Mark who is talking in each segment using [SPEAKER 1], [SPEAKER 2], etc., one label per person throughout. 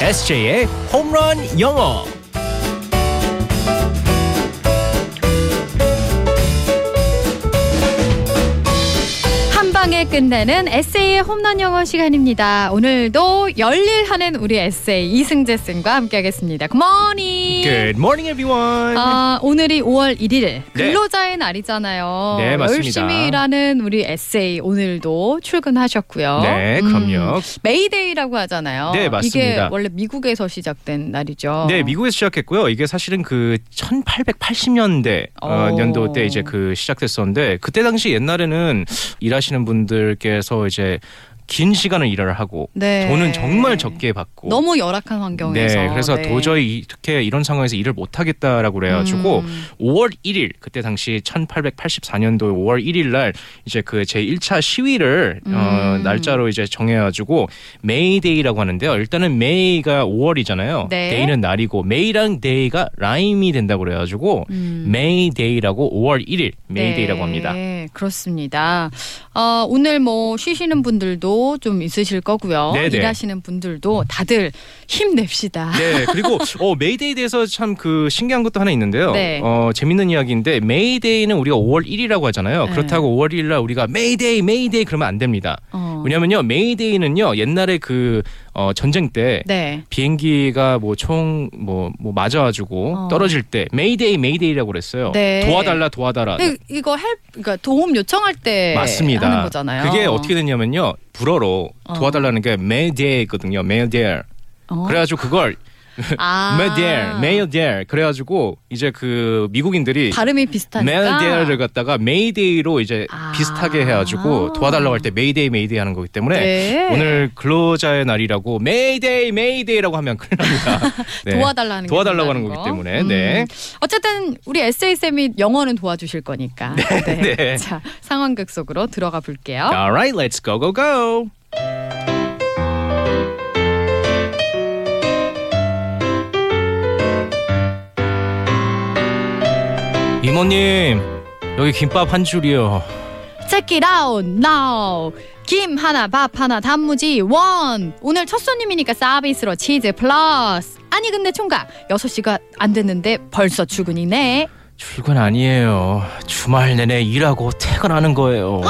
[SPEAKER 1] SJ의 홈런 영어.
[SPEAKER 2] 한 방에 끝내는 에세이의 홈런 영어 시간입니다. 오늘도 열일하는 우리 에세이 이승재 쌤과 함께하겠습니다. 굿모닝.
[SPEAKER 1] Good morning, everyone.
[SPEAKER 2] 아, 오늘이 5월 1일
[SPEAKER 1] 네.
[SPEAKER 2] 근로자의 날이잖아요.
[SPEAKER 1] 네, 맞습니다.
[SPEAKER 2] 열심히 일하는 우리 에세이 오늘도 출근하셨고요.
[SPEAKER 1] 네,
[SPEAKER 2] 음,
[SPEAKER 1] 그럼요.
[SPEAKER 2] 메이데이라고 하잖아요.
[SPEAKER 1] 네, 맞습니다.
[SPEAKER 2] 이게 원래 미국에서 시작된 날이죠.
[SPEAKER 1] 네, 미국에서 시작했고요. 이게 사실은 그 1880년대 어,
[SPEAKER 2] 오.
[SPEAKER 1] 연도 때 이제 그 시작됐었는데 그때 당시 옛날에는 일하시는 분들께서 이제 긴 시간을 일을 하고
[SPEAKER 2] 네.
[SPEAKER 1] 돈은 정말 적게 받고
[SPEAKER 2] 너무 열악한 환경에서
[SPEAKER 1] 네, 그래서
[SPEAKER 2] 네.
[SPEAKER 1] 도저히 이렇게 이런 상황에서 일을 못 하겠다라고 그래가지고
[SPEAKER 2] 음.
[SPEAKER 1] 5월 1일 그때 당시 1884년도 5월 1일 날 이제 그 제 1차 시위를 어,
[SPEAKER 2] 음.
[SPEAKER 1] 날짜로 이제 정해가지고 메이데이라고 하는데요. 일단은 메이가 5월이잖아요.
[SPEAKER 2] 네.
[SPEAKER 1] 데이는 날이고 메이랑 데이가 라임이 된다고 그래가지고
[SPEAKER 2] 음.
[SPEAKER 1] 메이데이라고 5월 1일 메이데이라고
[SPEAKER 2] 네,
[SPEAKER 1] 합니다.
[SPEAKER 2] 그렇습니다. 어, 오늘 뭐 쉬시는 분들도 좀 있으실 거고요.
[SPEAKER 1] 네, 네.
[SPEAKER 2] 일하시는 분들도 다들 힘냅시다.
[SPEAKER 1] 네, 그리고 어, 메이데이에 대해서 참 그 신기한 것도 하나 있는데요.
[SPEAKER 2] 네.
[SPEAKER 1] 어, 재밌는 이야기인데 메이데이는 우리가 5월 1일이라고 하잖아요.
[SPEAKER 2] 네.
[SPEAKER 1] 그렇다고 5월 1일 날 우리가 메이데이 메이데이 그러면 안 됩니다.
[SPEAKER 2] 어,
[SPEAKER 1] 왜냐면요 메이데이는요 옛날에 그 어, 전쟁 때
[SPEAKER 2] 네.
[SPEAKER 1] 비행기가 뭐 총 뭐 뭐 맞아가지고
[SPEAKER 2] 어.
[SPEAKER 1] 떨어질 때 메이데이 메이데이라고 그랬어요.
[SPEAKER 2] 네.
[SPEAKER 1] 도와달라 도와달라.
[SPEAKER 2] 근데 이거 헬 그러니까 도움 요청할 때
[SPEAKER 1] 맞습니다.
[SPEAKER 2] 하는 거잖아요.
[SPEAKER 1] 그게 어떻게 됐냐면요 불어로
[SPEAKER 2] 어.
[SPEAKER 1] 도와달라는 게 메이데이거든요. 메이데이.
[SPEAKER 2] 어?
[SPEAKER 1] 그래가지고 그걸
[SPEAKER 2] 아.
[SPEAKER 1] 메이데이 메이데이 그래가지고 이제 그 미국인들이
[SPEAKER 2] 발음이 비슷하니까.
[SPEAKER 1] 메이데이를 갖다가 메이데이로 이제
[SPEAKER 2] 아.
[SPEAKER 1] 비슷하게 해가지고 도와달라고 할 때 메이데이 메이데이 하는 거기 때문에
[SPEAKER 2] 네.
[SPEAKER 1] 오늘 근로자의 날이라고 메이데이 메이데이라고 하면 큰일 납니다. 네.
[SPEAKER 2] 도와달라는 게
[SPEAKER 1] 도와달라고
[SPEAKER 2] 된다는
[SPEAKER 1] 하는 거기
[SPEAKER 2] 거.
[SPEAKER 1] 때문에, 네.
[SPEAKER 2] 어쨌든 우리 에세이 쌤이 영어는 도와주실 거니까. 네.
[SPEAKER 1] 네.
[SPEAKER 2] 자 상황극 속으로 들어가 볼게요.
[SPEAKER 1] Alright, 네. let's go go go. 이모님 여기 김밥 한 줄이요.
[SPEAKER 2] Check it out now. 김 하나, 밥 하나, 단무지 원. 오늘 첫 손님이니까 서비스로 치즈 플러스. 아니 근데 총각 6시가 안 됐는데 벌써 출근이네.
[SPEAKER 1] 출근 아니에요. 주말 내내 일하고 퇴근하는 거예요.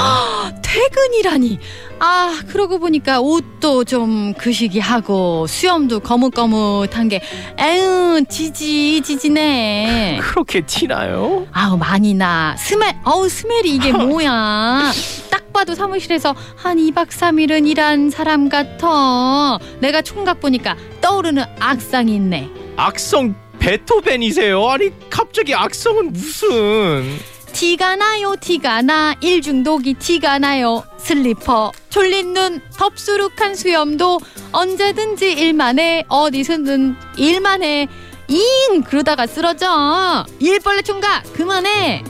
[SPEAKER 2] 퇴근이라니. 아 그러고 보니까 옷도 좀 그 시기하고 수염도 거뭇거뭇한 게 에휴 지지 지지네.
[SPEAKER 1] 그렇게 티나요?
[SPEAKER 2] 아우 많이 나 스멜 어우 스멜이 이게 뭐야 딱 봐도 사무실에서 한 2박 3일은 일한 사람 같아 내가 총각 보니까 떠오르는 악상이 있네
[SPEAKER 1] 악성 베토벤이세요? 아니 갑자기 악성은 무슨?
[SPEAKER 2] 티가 나요 티가 나 일중독이 티가 나요 슬리퍼 졸린 눈 덥수룩한 수염도 언제든지 일만 해 어디서든 일만 해잉 그러다가 쓰러져 일벌레 총각 그만해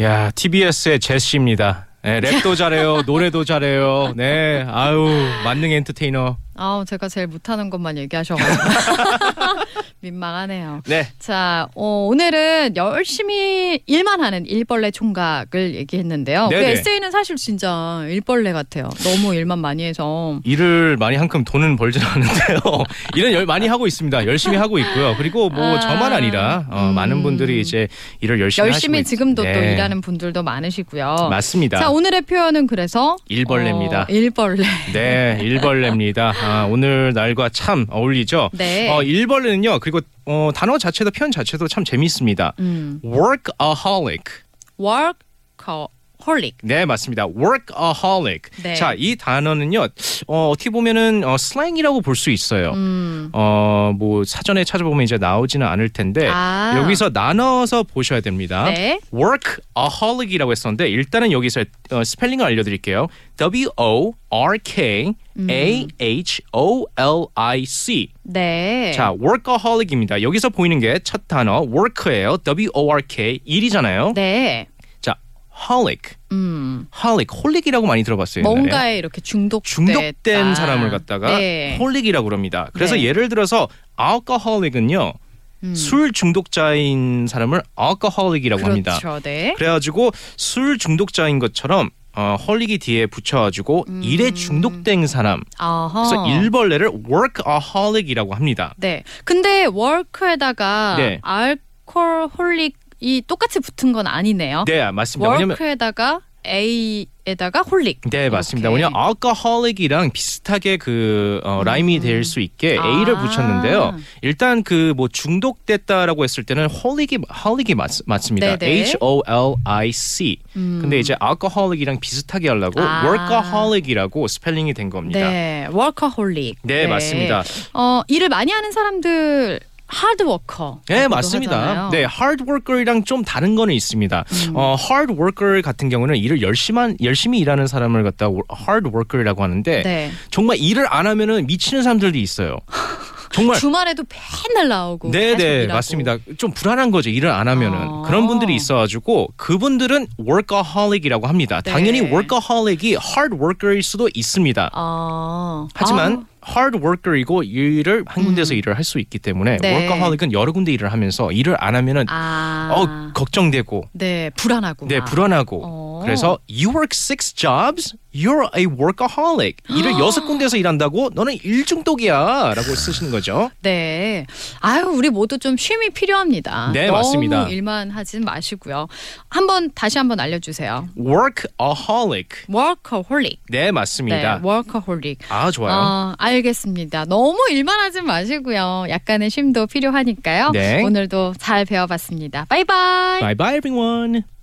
[SPEAKER 1] 야 TBS의 제시입니다. 네, 랩도 잘해요, 노래도 잘해요. 네, 아유 만능 엔터테이너.
[SPEAKER 2] 아우 제가 제일 못하는 것만 얘기하셔가지고 민망하네요.
[SPEAKER 1] 네,
[SPEAKER 2] 자 어, 오늘은 열심히 일만 하는 일벌레 총각을 얘기했는데요. 그
[SPEAKER 1] 네네.
[SPEAKER 2] 에세이는 사실 진짜 일벌레 같아요. 너무 일만 많이 해서
[SPEAKER 1] 일을 많이 한 큼 돈은 벌진 않는데요. 일은 열, 많이 하고 있습니다. 열심히 하고 있고요. 그리고 뭐
[SPEAKER 2] 아,
[SPEAKER 1] 저만 아니라 어,
[SPEAKER 2] 음.
[SPEAKER 1] 많은 분들이 이제 일을 열심히 하시고
[SPEAKER 2] 열심히
[SPEAKER 1] 있-
[SPEAKER 2] 지금도 또
[SPEAKER 1] 네,
[SPEAKER 2] 일하는 분들도 많으시고요.
[SPEAKER 1] 맞습니다.
[SPEAKER 2] 자 오늘의 표현은 그래서
[SPEAKER 1] 일벌레입니다.
[SPEAKER 2] 어, 일벌레.
[SPEAKER 1] 네, 일벌레입니다. 아, 오늘 날과 참 어울리죠.
[SPEAKER 2] 네.
[SPEAKER 1] 어, 일벌레는요. 그리고 어, 단어 자체도 표현 자체도 참 재미있습니다.
[SPEAKER 2] 음.
[SPEAKER 1] workaholic.
[SPEAKER 2] workaholic.
[SPEAKER 1] 네, 맞습니다. workaholic.
[SPEAKER 2] 네.
[SPEAKER 1] 자, 이 단어는요. 어, 어떻게 보면은 어, 슬랭이라고 볼 수 있어요.
[SPEAKER 2] 음.
[SPEAKER 1] 어, 뭐 사전에 찾아보면 이제 나오지는 않을 텐데
[SPEAKER 2] 아.
[SPEAKER 1] 네. 여기서 나눠서 보셔야 됩니다.
[SPEAKER 2] 네.
[SPEAKER 1] workaholic이라고 했었는데 일단은 여기서 어, 스펠링을 알려드릴게요. W O R K A H O L I C.
[SPEAKER 2] 네.
[SPEAKER 1] 자, workaholic입니다. 여기서 보이는 게 첫 단어 work예요. W O R K 일이잖아요.
[SPEAKER 2] 네.
[SPEAKER 1] 자, holic,
[SPEAKER 2] 음.
[SPEAKER 1] holic, holic이라고 많이 들어봤어요. 옛날에.
[SPEAKER 2] 뭔가에 이렇게 중독됐다.
[SPEAKER 1] 네. 중독된 사람을 갖다가
[SPEAKER 2] 네.
[SPEAKER 1] holic이라고 그럽니다. 그래서
[SPEAKER 2] 네.
[SPEAKER 1] 예를 들어서 alcoholic은요.
[SPEAKER 2] 음.
[SPEAKER 1] 술 중독자인 사람을 alcoholic이라고 합니다.
[SPEAKER 2] 그렇죠, 네.
[SPEAKER 1] 그래가지고 술 중독자인 것처럼 어, 헐리기 뒤에 붙여가지고
[SPEAKER 2] 음. 어.
[SPEAKER 1] 일에 중독된 사람
[SPEAKER 2] 아하.
[SPEAKER 1] 그래서 일벌레를 workaholic이라고 합니다.
[SPEAKER 2] 네. 근데 work에다가
[SPEAKER 1] 네.
[SPEAKER 2] alcoholic 이 똑같이 붙은 건 아니네요.
[SPEAKER 1] 네 맞습니다. 왜냐면
[SPEAKER 2] work에다가 a에다가 홀릭.
[SPEAKER 1] 네 맞습니다.
[SPEAKER 2] 오케이.
[SPEAKER 1] 왜냐면 alcoholic이랑 비슷하게 그 어, 라임이 될 수 있게
[SPEAKER 2] 음. 아.
[SPEAKER 1] a를 붙였는데요. 일단 그 뭐 중독됐다라고 했을 때는 holic이 holic이 맞, 맞습니다.
[SPEAKER 2] 네네.
[SPEAKER 1] H O L I C.
[SPEAKER 2] 음.
[SPEAKER 1] 근데 이제 alcoholic이랑 비슷하게 하려고
[SPEAKER 2] 아.
[SPEAKER 1] workaholic이라고 스펠링이 된 겁니다.
[SPEAKER 2] 네, workaholic.
[SPEAKER 1] 네, 맞습니다.
[SPEAKER 2] 어, 일을 많이 하는 사람들 하드워커.
[SPEAKER 1] 네 맞습니다. 네 hard worker이랑 좀 다른 거는 있습니다.
[SPEAKER 2] 음.
[SPEAKER 1] 어 hard worker 같은 경우는 일을 열심한 열심히 일하는 사람을 갖다 워- hard worker라고 하는데
[SPEAKER 2] 네.
[SPEAKER 1] 정말 일을 안 하면은 미치는 사람들도 있어요. 정말
[SPEAKER 2] 주말에도 맨날 나오고. 계속
[SPEAKER 1] 네네
[SPEAKER 2] 일하고.
[SPEAKER 1] 맞습니다. 좀 불안한 거죠 일을 안 하면은
[SPEAKER 2] 뭐 아.
[SPEAKER 1] 그런 분들이 있어가지고 그분들은 workaholic이라고 합니다.
[SPEAKER 2] 네.
[SPEAKER 1] 당연히 workaholic이 hard worker일 수도 있습니다.
[SPEAKER 2] 아. 음.
[SPEAKER 1] 하지만 hard worker이고 일을 한 군데서 일을 할 수 있기 때문에
[SPEAKER 2] 네.
[SPEAKER 1] workaholic은 여러 군데 일을 하면서 일을 안 하면은
[SPEAKER 2] 아.
[SPEAKER 1] 어 걱정되고
[SPEAKER 2] 네, 불안하고.
[SPEAKER 1] 네 불안하고
[SPEAKER 2] 어.
[SPEAKER 1] 그래서 you work six jobs, you're a workaholic. 일을
[SPEAKER 2] 아.
[SPEAKER 1] 여섯 군데서 일한다고 너는 일중독이야라고 쓰시는 거죠.
[SPEAKER 2] 네. 아유, 우리 모두 좀 쉼이 필요합니다.
[SPEAKER 1] 네,
[SPEAKER 2] 너무
[SPEAKER 1] 맞습니다.
[SPEAKER 2] 일만 하진 마시고요. 한번 다시 한번 알려 주세요.
[SPEAKER 1] workaholic.
[SPEAKER 2] workaholic.
[SPEAKER 1] 네
[SPEAKER 2] 네,
[SPEAKER 1] 맞습니다.
[SPEAKER 2] workaholic.
[SPEAKER 1] 아 좋아요.
[SPEAKER 2] 어, 알겠습니다. 너무 일만 하지 마시고요. 약간의 쉼도 필요하니까요.
[SPEAKER 1] 네.
[SPEAKER 2] 오늘도 잘 배워봤습니다. 바이바이.
[SPEAKER 1] Bye bye everyone.